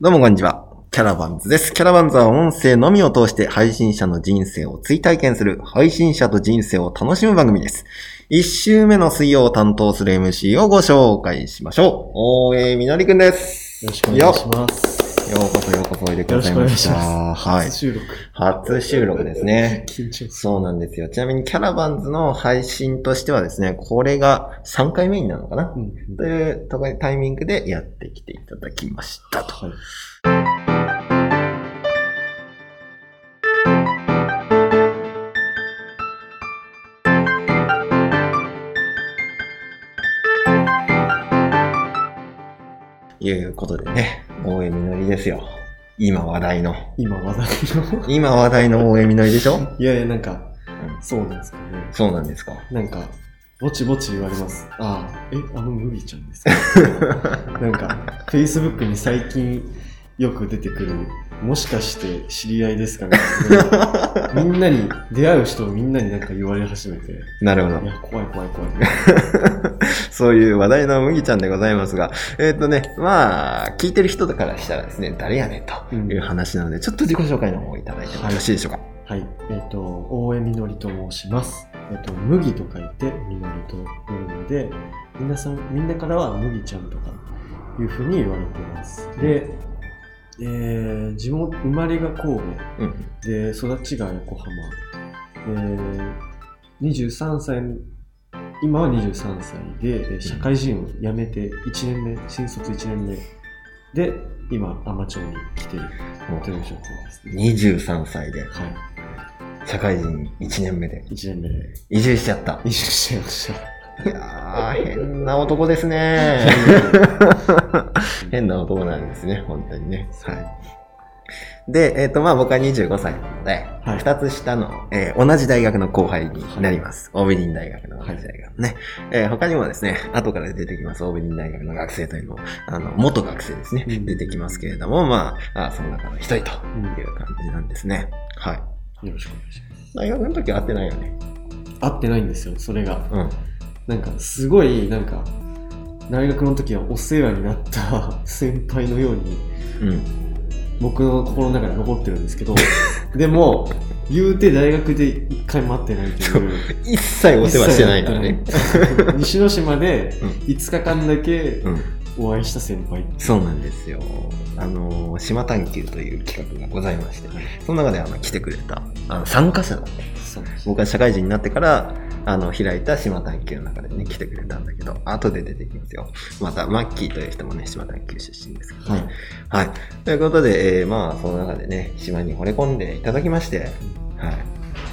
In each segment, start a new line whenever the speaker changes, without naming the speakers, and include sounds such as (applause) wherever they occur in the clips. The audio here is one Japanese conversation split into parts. どうもこんにちは。キャラバンズです。キャラバンズは音声のみを通して配信者の人生を追体験する配信者と人生を楽しむ番組です。一週目の水曜を担当する MC をご紹介しましょう。大江みのりくんです。
よろしくお願いします。
ようこそようこそおいでくださいました。
よろしくお
はい。
初収録。
初収録ですね。
緊張す
そうなんですよ。ちなみにキャラバンズの配信としてはですね、これが3回目になるのかな
る。うん。
というとこにタイミングでやってきていただきましたと。
はい。
いうことでね、大江みのりですよ。今話題の。
今話題の。
今話題の大江みのりでしょ
いやいや、なんか
う、
そうなんですかね。
そうなんですか。
なんか、ぼちぼち言われます。ああ、え、あのムビーちゃん (laughs) ですかなんか、Facebook に最近よく出てくる、もしかして知り合い (laughs) ですかね。みんなに、出会う人をみんなになんか言われ始めて、い
なるほど。
や、怖い怖い怖い。
そういう話題の麦ちゃんでございますが、えっ、とね、まあ、聞いてる人からしたらですね、誰やねんという話なので、ちょっと自己紹介の方をいただいてもよろしいでしょうか。
はい、えっ、と、大江みのりと申します。えっ、と、麦と書いて、みのりと読むので、皆さん、みんなからは麦ちゃんとかいうふうに言われています。で、えー、地元、生まれが神
うん。
戸、で、育ちが横浜。えー、23歳、今は23歳で、えー社会人を辞めて1年目、新卒1年目で、今、海士町に来ているという状況ですね。
23歳で、
はい、
社会人1年目で、
1年目で。
移住しちゃった。
移住しちゃいました。
いやー、変な男ですね。変な男なんですね、本当にね。はい。で、えっ、と、まあ僕は25歳なので、
はい
2つ下の、えー同じ大学の後輩になります。オーベリン大学の同じ大学のね。えー他にもですね、後から出てきます、オーベリン大学の学生というのも、あの、元学生ですね、
うん
出てきますけれども、まあ、あその中の一人と
うん
い
よ
う感じなんですね。はい。
ろしくお願いしま
大学の時は会ってないよね。
す。合ってないんですよ、それが。
うん。
なんか、すごい、なんか、大学の時はお世話になった (laughs) 先輩のように、
うん。
僕の心の中に残ってるんです
(laughs)
けど、でも、言うて大学で一回も会ってないという。
一切 (laughs) お世話してないからね。
一切会っ
(laughs)
てない。西之島で
うん
5日間だけ
うん。
お会いした先輩。
そうなんですよ。あの、島探求という企画がございまして、その中であの来てくれたあの参加者だね。
そう
僕が社会人になってから、あの、開いた島探求の中でね、来てくれたんだけど、後で出てきますよ。また、マッキーという人もね、島探求出身ですけど
はい
ね。。はい。ということで、えーまあ、その中でね、島に惚れ込んでいただきまして、はい。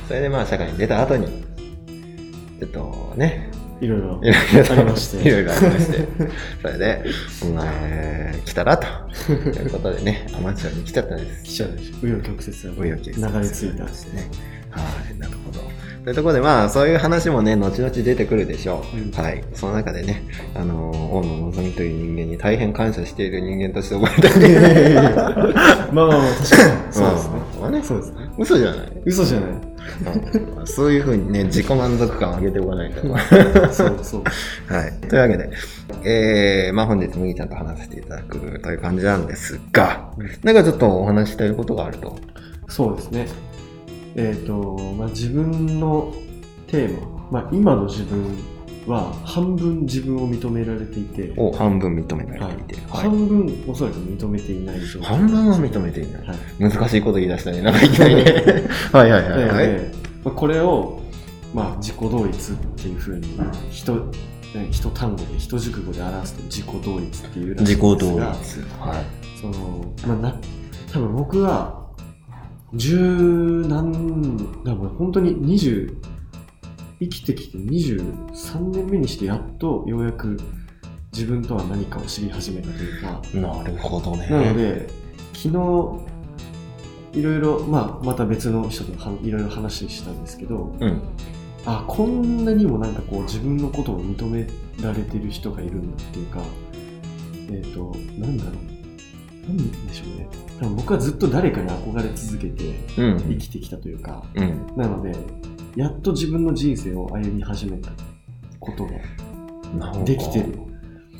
それでまあ、社会に出た後に、ちょっとね、
いろいろ
い。ろいろと
ありまして
いろいろありま
(laughs)
して。それで、お前、来たらと。ということでね、アマチュアに来ちゃったんです。
記者でしょ。紆余曲折が
およき
流れ着いた。
ね。はい、なるほど。というところで、まあ、そういう話もね、後々出てくるでしょう。
うん
はい。その中でね、あのー、大野望という人間に大変感謝している人間として覚えて
(laughs) いやいやい
る。
やいやまあ (laughs) まあまあ、確かに。そうですね。
まあね
そうですね。
嘘じゃない
嘘じゃない。
うんそういうふうにね、自己満足感を上げておかないと。
そうそう。
はい。というわけで、えー、まあ本日麦ちゃんと話させていただくという感じなんですが
うん、
なんかちょっとお話ししたいことがあると。
そうですね。えっ、と、まあ、自分のテーマ、まあ、今の自分は半分自分を認められていて、
を半分認められていて。はい
半分おそらく認めていない状態
半分は認めていない。
はい。
難しいこと言い出したね。なんかいきなりね。 (laughs) はいはい
な
はい
の
はい。
で、まあ、これを、まあ、自己同一っていうふうに、人、ね人単語で、人熟語で表すと自己同一っていうらしい
自己
んで
同
す
一。
が
はい。
その、まあ、な多分僕は十何だから本当に20生きてきて23年目にしてやっとようやく自分とは何かを知り始めたというか
なるほどね。
なので昨日いろいろ、まあ、また別の人とはいろいろ話したんですけど
うん。
あこんなにもなんかこう自分のことを認められてる人がいるんだっていうかえっ、となんだろうなんでしょうね多分僕はずっと誰かに憧れ続けて
う
生
ん。
きてきたというか
うん。
なのでやっと自分の人生を歩み始めたことが
なんか
できてる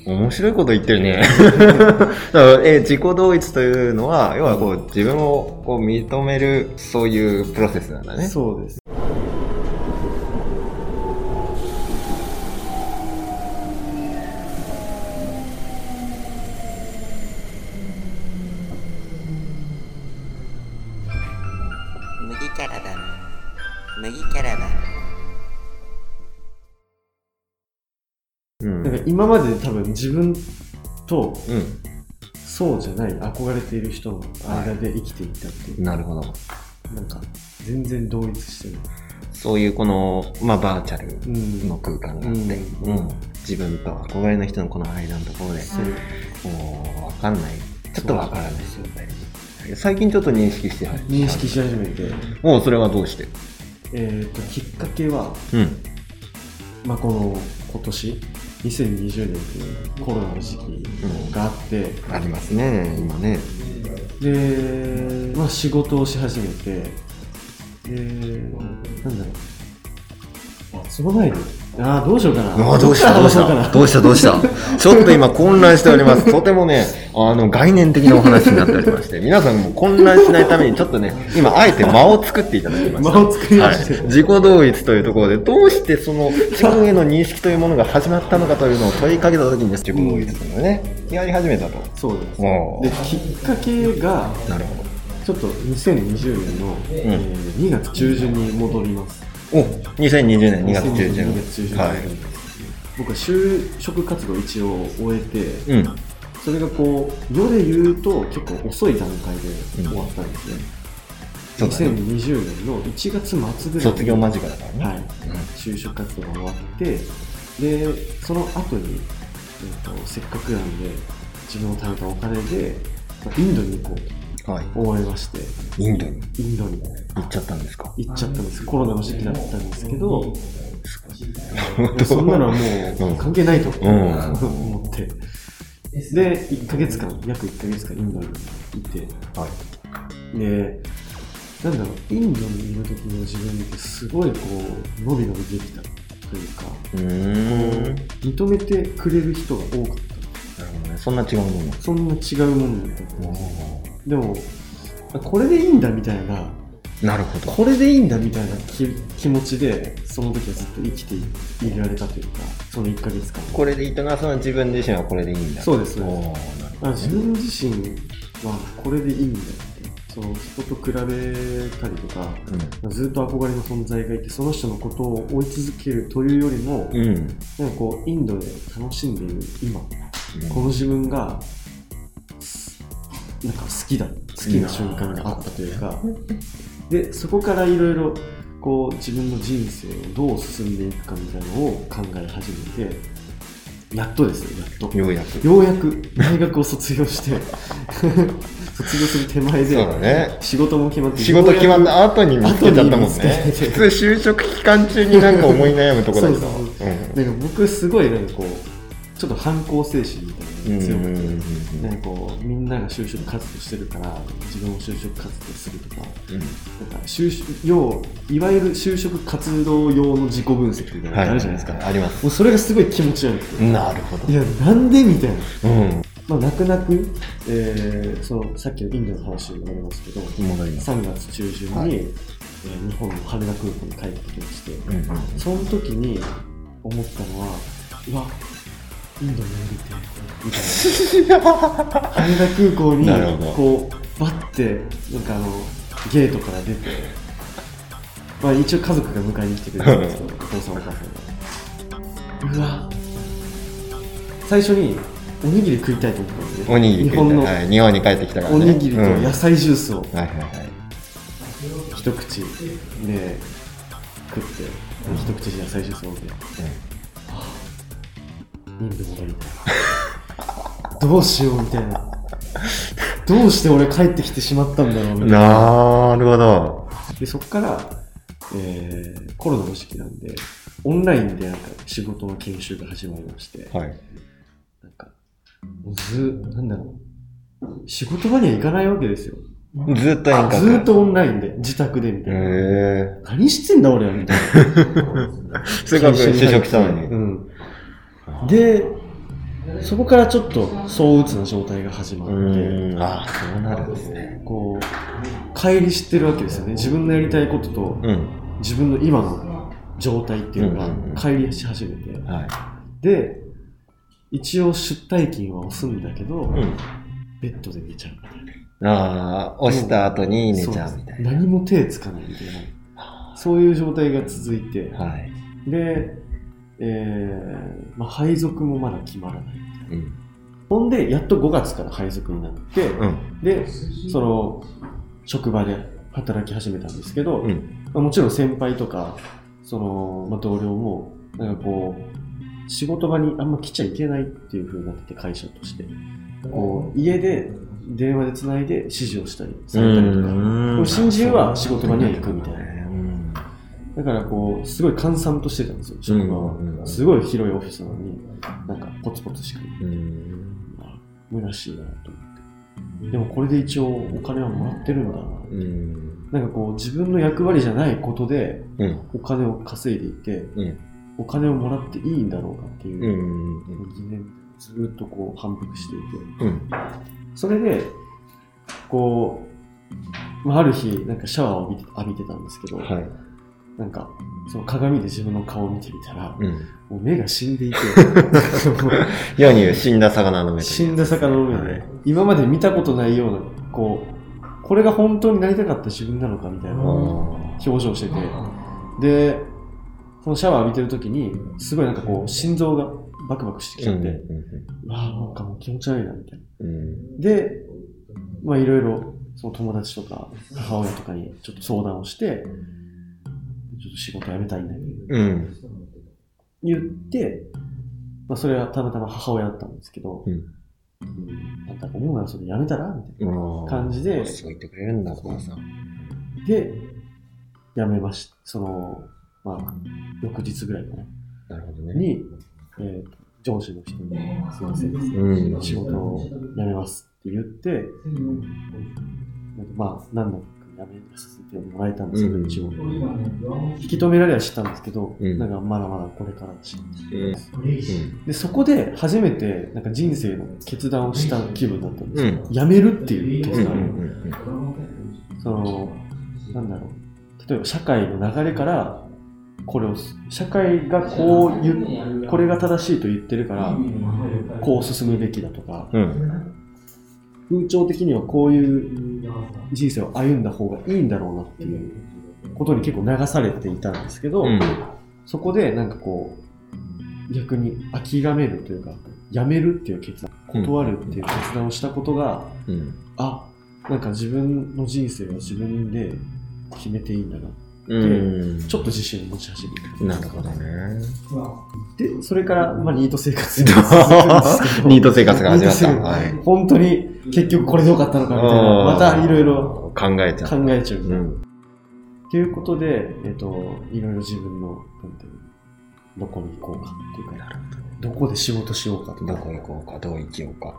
面白いこと言ってる (laughs) ね。だからえー自己同一というのは、要はこう、自分をこう認める、そういうプロセスなんだね。
そうです。
麦キャラバン麦キャラバン
う
なん
ん。
か今まで多分自分と
うん。
そうじゃない憧れている人の間で生きていったっていう、
なるほど。
なんか全然同一してない。
そういうこの、まあ、バーチャル
うん
の空間があって、
うん
うん自分と憧れの人のこの間のところで、
そう
もう、わかんない。ちょっとわからない
そう
状態。最近ちょっと認識してない
認識し始めて、
もうそれはどうして
えっときっかけは、
うん。
まあ、この今年2020年っていうコロナの時期があって、
ありますね、今ね。
で、まあ、仕事をし始めて、で、なんだろう。あ、その前に。ああ、どうしようかな。
ああ、どうしたどうし
かな
たどうしたどうしたちょっと今混乱しております。とてもね、あの、概念的なお話になっておりまして、皆さんも混乱しないためにちょっとね、今、あえて間を作っていただきました。
間を作りました
はい。自己同一というところで、どうしてその、自分への認識というものが始まったのかというのを問いかけたときにです、自己同一というのをね、やり始めたと。
そうです。
おー
で、きっかけが、
なるほ
ちょっと2020年の、えー2月中旬に戻ります。
ど。お、2020年2月中旬。
2月中旬に
は
戻ります。僕は就職活動を一応終えて、
い。うん。
それがこう、世で言うと結構遅い段階で終わったんですね。
そうだね。
2020年の1月末ぐらいに
卒業間近だからね。
はい、就職活動が終わってでその後に、えー、とせっかくなんで自分を貯めたお金で、まあインドに行こう
うん。はい。
と思いまして
インドに
インドに
行っちゃったんですか
行っちゃったんですコロナの時期だったんですけど
本当
そん
(laughs)
なのは
う
も
ん
う関係ないと
うん
思ってで1ヶ月間約1ヶ月間インドにいて
はい。
でなんだろうインドにいる時の自分ってすごいこう伸び伸びできたというか
うーん。
認めてくれる人が多かっ
なるほどね。そんな違うもの
た。そんな違うもんだった。
お
でも、これでいいんだみたいな、
ーなるほど。
これでいいんだみたいな気気持ちで、その時はずっと生きていられたというか、その1ヶ月間。
これでいいとな、その自分自身はこれでいいんだ。
そうですそうです
おーなるほ
あ自分自身はこれでいいんだって、その人と比べたりとか、
ど。
ずっと憧れの存在がいて、その人のことを追い続けるというよりも、
うん。うん。
なんかこう、インドで楽しんでいる今この自分がすなんか好きだ好きな瞬間があったというかでそこからいろいろこう自分の人生をどう進んでいくかみたいなのを考え始めてやっとですよやっと
ようやく。
ようやく大学を卒業して (laughs) 卒業する手前
そうだ
で
ね。
仕事も決まって
仕事決ま
よう
っ
や
た後に見つけちゃったもん
後に
ね。
見つけ
普通就職期間中になんか思い悩むとこだけど。
そうそう
う
くなんか僕すごいなんかこうちょっと反抗精神みたい
ん
なのが強
うん
く
うん
て
うんうん
なんかこうみんなが就職活動してるから自分も就職活動するとかなんか就職要いわゆる就職活動用の自己分析みたいな
は
のあるじゃないですか、
あります。
もうそれがすごい気持ち悪くて
なるほど
い。やなんでみたいな、
うん。
まあ、泣く泣く、えーそのさっきのインドの話にもなりますけど
戻ります。
3月中旬に、
はい
えー日本の羽田空港に帰ってきまして
うんうん
その時に思ったのはうわインドに降りてみたいな羽田空港
(laughs)
に
なるほど
こうバッてなんかあのゲートから出て、まあ、一応家族が迎えに来てくれたんですけどお父さんお母さんがうわ最初におにぎり食いたいと思ったんですね
おにぎり
日
食いた
本
い
の
はい日本に帰ってきたから
お
ね。
にぎりと
うん
野菜ジュースを
はいはいはい。
一口で食って、一口で野菜ジュースを飲んでインド戻りたいどうしようみたいなどうして俺帰ってきてしまったんだろうみたいな
なるほど。
でそこから、えーコロナの時期なんでオンラインでなんか仕事の研修が始まりまして
はい。
なんかもうずなんだろう仕事場には行かないわけですよ
ずっと遠
あ
隔。
ずーっとオンラインで自宅でみたいな、
へえ。
何してんだ俺はみたいな (laughs)
せっかく就職したのに。
うんでで、そこからちょっと相うつな状態が始まって、
ん、ああ、そうなるんですね。
こう、乖離してるわけですよね。自分のやりたいことと、
うん。
自分の今の状態っていうのが
うんうんうん
乖離し始めて。
はい。
で、一応出退勤は押すんだけど、
うん。
ベッドで寝ちゃうみたいな。
ああ、押した後に寝ちゃうみたい
そう何も手つかないみたいな。そういう状態が続いて、
な。はい。
で、えーまあ、配属もまだ決まらない。
うん。
ほんで、やっと5月から配属になって、
うん。
で、その、職場で働き始めたんですけど、
うん。
まあ、もちろん先輩とか、その、まあ、同僚も、なんかこう、仕事場にあんま来ちゃいけないっていう風になってて、会社として。こう、家で電話で繋いで指示をしたり、されたりとか。
う
もう新人は仕事場には行くみたいな
うん。
だからこう、すごい閑散としてたんですよ、職場
うんうんう
は。
ん
すごい広いオフィスなのに、なんかポツポツしかいない。
うん。
まあ無らしいなと思って。でもこれで一応お金はもらってるんだな。
うん。
なんかこう、自分の役割じゃないことで、
うん。
お金を稼いでいて、
うん
お金をもらっていいんだろうかっていうう、
ん。
疑念ずっとこう反復していて
うん。
それでこう、まあ、ある日なんかシャワーを浴びて浴びてたんですけど、
はい。
なんかその鏡で自分の顔を見てみたら、
うん。
もう目が死
(laughs)
んでいて
世に言う死んだ魚の目という
死んだ魚の目で、
はい
今まで見たことないようなこうこれが本当になりたかった自分なのかみたいな
あー
表情をしててでそのシャワー浴びてる時にすごいなんかこう心臓がバクバクしてきちゃって、わあ、なんかもう気持ち悪いな、みたいな。
うん。うん。
で、まあいろいろ、その友達とか母親とかにちょっと相談をして、ちょっと仕事辞めたいんだけど、
うん。
言って、まあそれはたまたま母親だったんですけど、
うん
うんあんた思うならそれ辞めたらみたい
うん。
な感じで、
そう言ってくれるんだ、お母さん。
で、辞めました。その、まあ、翌日ぐらいかな。
なるほどね。
に、えー上司の人に、すいません、
うん。
仕事を辞めますって言って、まあ、何度か辞めさせてもらえたんですけど、
うん
一応。引き止められはしたんですけど、
うん
なんかまだまだこれからだし。
うん。
で、そこで初めて、なんか人生の決断をした気分だったんですよ。
う
辞めるってい
う
う
ん。う
決
ん
断を、
うん。
その、なんだろう。例えば社会の流れから、これをす、社会がこう言う、これが正しいと言ってるから、こう進むべきだとか、
うん。
風潮的にはこういう人生を歩んだ方がいいんだろうなっていうことに結構流されていたんですけど、
うん。
そこでなんかこう逆に諦めるというかやめるっていう決断断るっていう決断をしたことが、
うん。
あなんか自分の人生は自分で決めていいんだな
うん。
ちょっと自信を持ち始めた
なるほどね。
でそれから、まあ、ニート
(laughs)
生活
ニート生活が始まった。
ニート生活
はい。
本当に結局これでよかったのかみたいなまたいろいろ
考えちゃう。
考えちゃうみたいな
うん。
ということで、えっ、と、いろいろ自分の、なんていうのどこに行こうかっていうか、どこで仕事しようかと
ど
か、
こ行こうか、どう生きようか。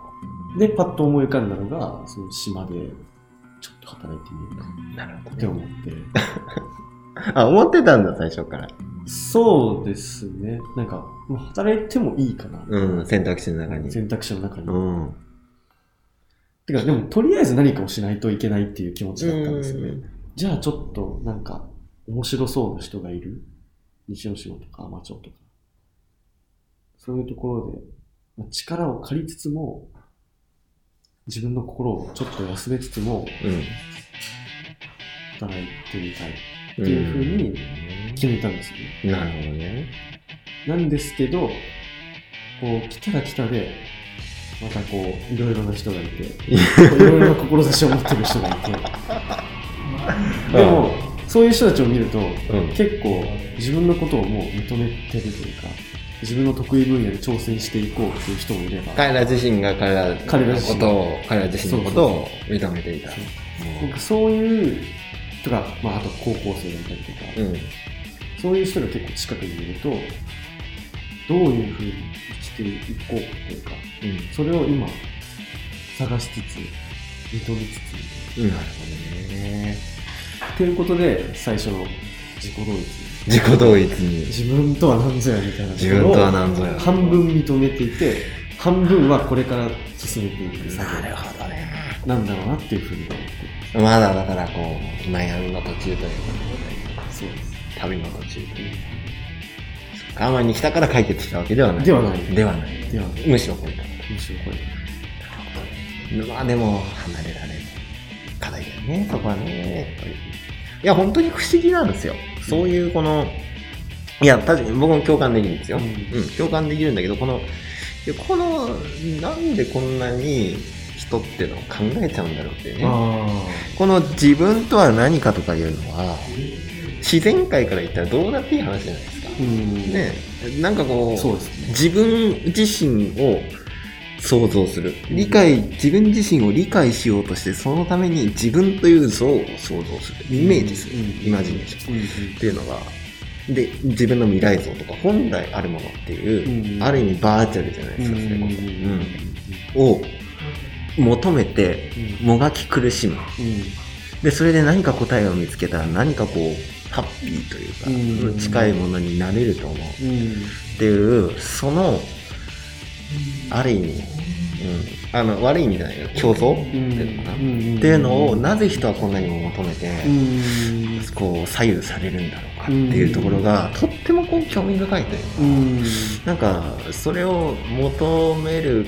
で、パッと思い浮かんだのが、その島で、ちょっと働いてみよう
な
か
るほ
って思って、
あ、思ってたんだ、最初から。
そうですね、なんか、もう働いてもいいかな、
うん、選択肢の中に。
選択肢の中に。
うん。う
てか、でも、とりあえず何かをしないといけないっていう気持ちだったんですよね。
ん
じゃあ、ちょっと、なんか、面白そうな人がいる西尾島とか天町とか。そういうところで、まあ力を借りつつも、自分の心をちょっと休めつつも、働いてみたいっていうふうに決めたんですよね。
なるほどね。
なんですけど、こう、来たら来たで、またこう、いろいろな人がいて、こういろいろな志を持ってる人がいて、でも、そういう人たちを見ると、
うん。
結構自分のことをもう認めてるというか自分の得意分野で挑戦していこうっていう人もいれば
彼ら自身が彼らのことを、彼ら自身のことを認めていた。
なんかそういうとか、まあ、あと高校生だったりとか、
うん。
そういう人が結構近くにいるとどういうふうに生きていこうというかそれを今探しつつ認めつつ
うん。なるほどね。
っていうことで最初の自己同一
自己同一に。
自分とは何ぞやみたいなところを
自分とは何ぞや
半分認めていて半分はこれから進めていく作業
なるほどね。
なんだろうなっていうふうに思って
まだだからこう、悩みの途中というか、
そうです
旅の途中というか。そっか、あまりに来たから解決したわけではない。
ではない
ではない。
では
むしろこれから。
むしろこれ
まあでも離れられる課題だよね、そこはね。やっぱりいや、本当に不思議なんですよ。そういうこの、いや、確かに僕も共感できるんですよ。
うん
うん、共感できるんだけど、この、いやこの、なんでこんなに人ってのを考えちゃうんだろうっていうね。
あ
この自分とは何かとかいうのは、自然界から言ったらどうだっていい話じゃないですか。
あうん
ねなんかこう、
そうですね
自分自身を想像する理解自分自身を理解しようとしてそのために自分という像を想像するイメージする、
うん
イマジネーション
うん
っていうのがで自分の未来像とか本来あるものっていう、
うん
ある意味バーチャルじゃないで
う
す
ん
か、それこそ、
うんう
う
ん
んを求めて
うん
もがき苦しむ
うん
でそれで何か答えを見つけたら何かこうハッピーというか、
うん
近いものになれると思う
うん
っていうそのある意味、うん、あの悪い意味じゃないよ競争っていうのかな、っ
ん
ていうのをなぜ人はこんなにも求めて、
うん
こう左右されるんだろうかっていうところが、とってもこう興味深いというか、
うん
なんかそれを求める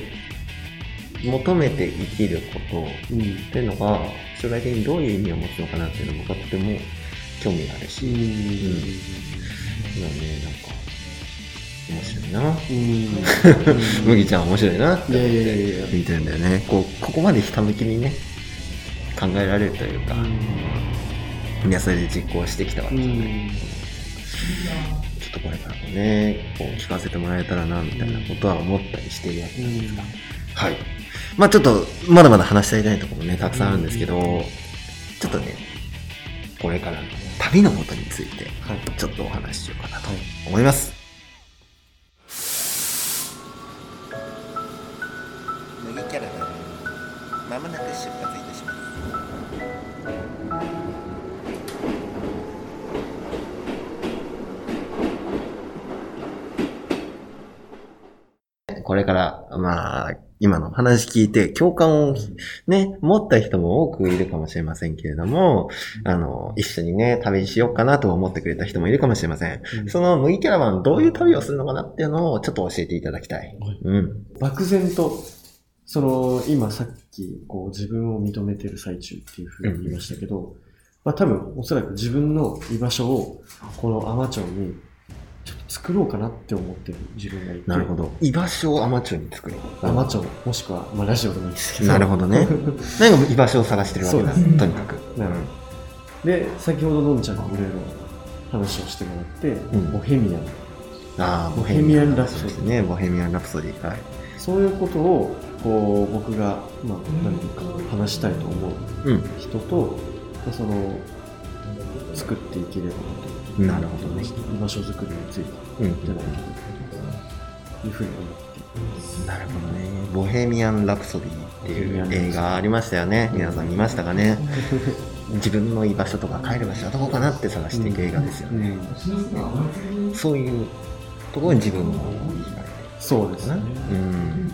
求めて生きることっ
うん
ていうのが将来的にどういう意味を持つのかなっていうのもとっても興味があるし、
う
うん、
ん
ねなんか面白いな。
うん
麦ちゃん面白いなって
い
思っ
や
て
いやいやいや
見てるんだよねこうここまでひたむきにね考えられるというか、いやそれで実行してきたわけ
う
じゃない、
ん
ちょっとこれからもねこう聞かせてもらえたらなみたいなことは思ったりしているわけなんですが、
うん
はいまあちょっとまだまだ話し足りないところもねたくさんあるんですけど、ちょっとねこれからの旅のことについて
はい
ちょっとお話ししようかなと思います、
麦キャラバンまもなく出発いたします
これから、まあ、今の話聞いて共感をね、持った人も多くいるかもしれませんけれども、あの、一緒にね、旅しようかなと思ってくれた人もいるかもしれません。
うん
その麦キャラバン、どういう旅をするのかなっていうのをちょっと教えていただきたい。
はい
うん。
漠然と、その、今さっき、こう、自分を認めてる最中っていうふうに言いましたけど、まあ多分、おそらく自分の居場所を、このアマチョンに、ちょっと作ろうかなって思ってる自分がいて、
なるほど。居場所をアマチュアに作ろう。
アマチョン、もしくは、まあラジオでもいいですけど。
なるほどね。何か居場所を探してるわけだ。
そうです
とにかく。
なるほど。で、先ほどのんちゃんにいろいろ話をしてもらって、
ん
ボヘミアン。
ああ、
ボヘミアンラプソディ
そうですね。ボヘミアンラプソディ。はい。
そういうことを、こう、僕が、まあ、何ていうか、話したいと思う
う
人と、まあその、作っていければなと。
ん。なるほどね。
居場所づくりについて
うん。
じゃないけど、いうふうに思っています。
なるほどね。ボヘミアン・ラプソディっていう映画ありましたよね。皆さん見ましたかね。自分の居場所とか帰る場所はどこかなって探していく映画ですよ
う
ね。
ん、
そういうところに自分を。
そうですね。
うん。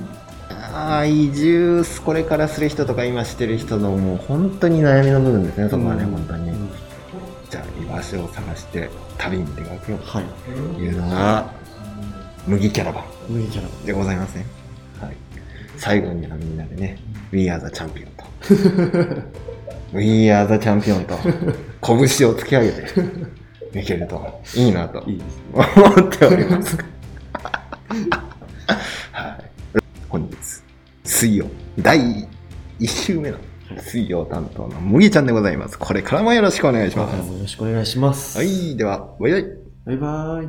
ああ、移住すこれからする人とか今してる人のもう本当に悩みの部分ですね、そこはね、
うん
本当
う
に。
ん
じゃあ居場所を探して旅に出かけよう
はい。
というのが、麦キャラバン。
無理キャラ。
でございますね。はい。最後にはみんなでね、We are the champion
(laughs)
と。We are the champion と。拳を突き上げて、いけると。いいなと
いいですね。
思っております。 (laughs) はい。本日、水曜、第1週目の水曜担当の麦ちゃんでございます。これからもよろしくお願いしま
はい
す。
よろしくお願いします。
は。い。では、バイバイ。
バイバイ。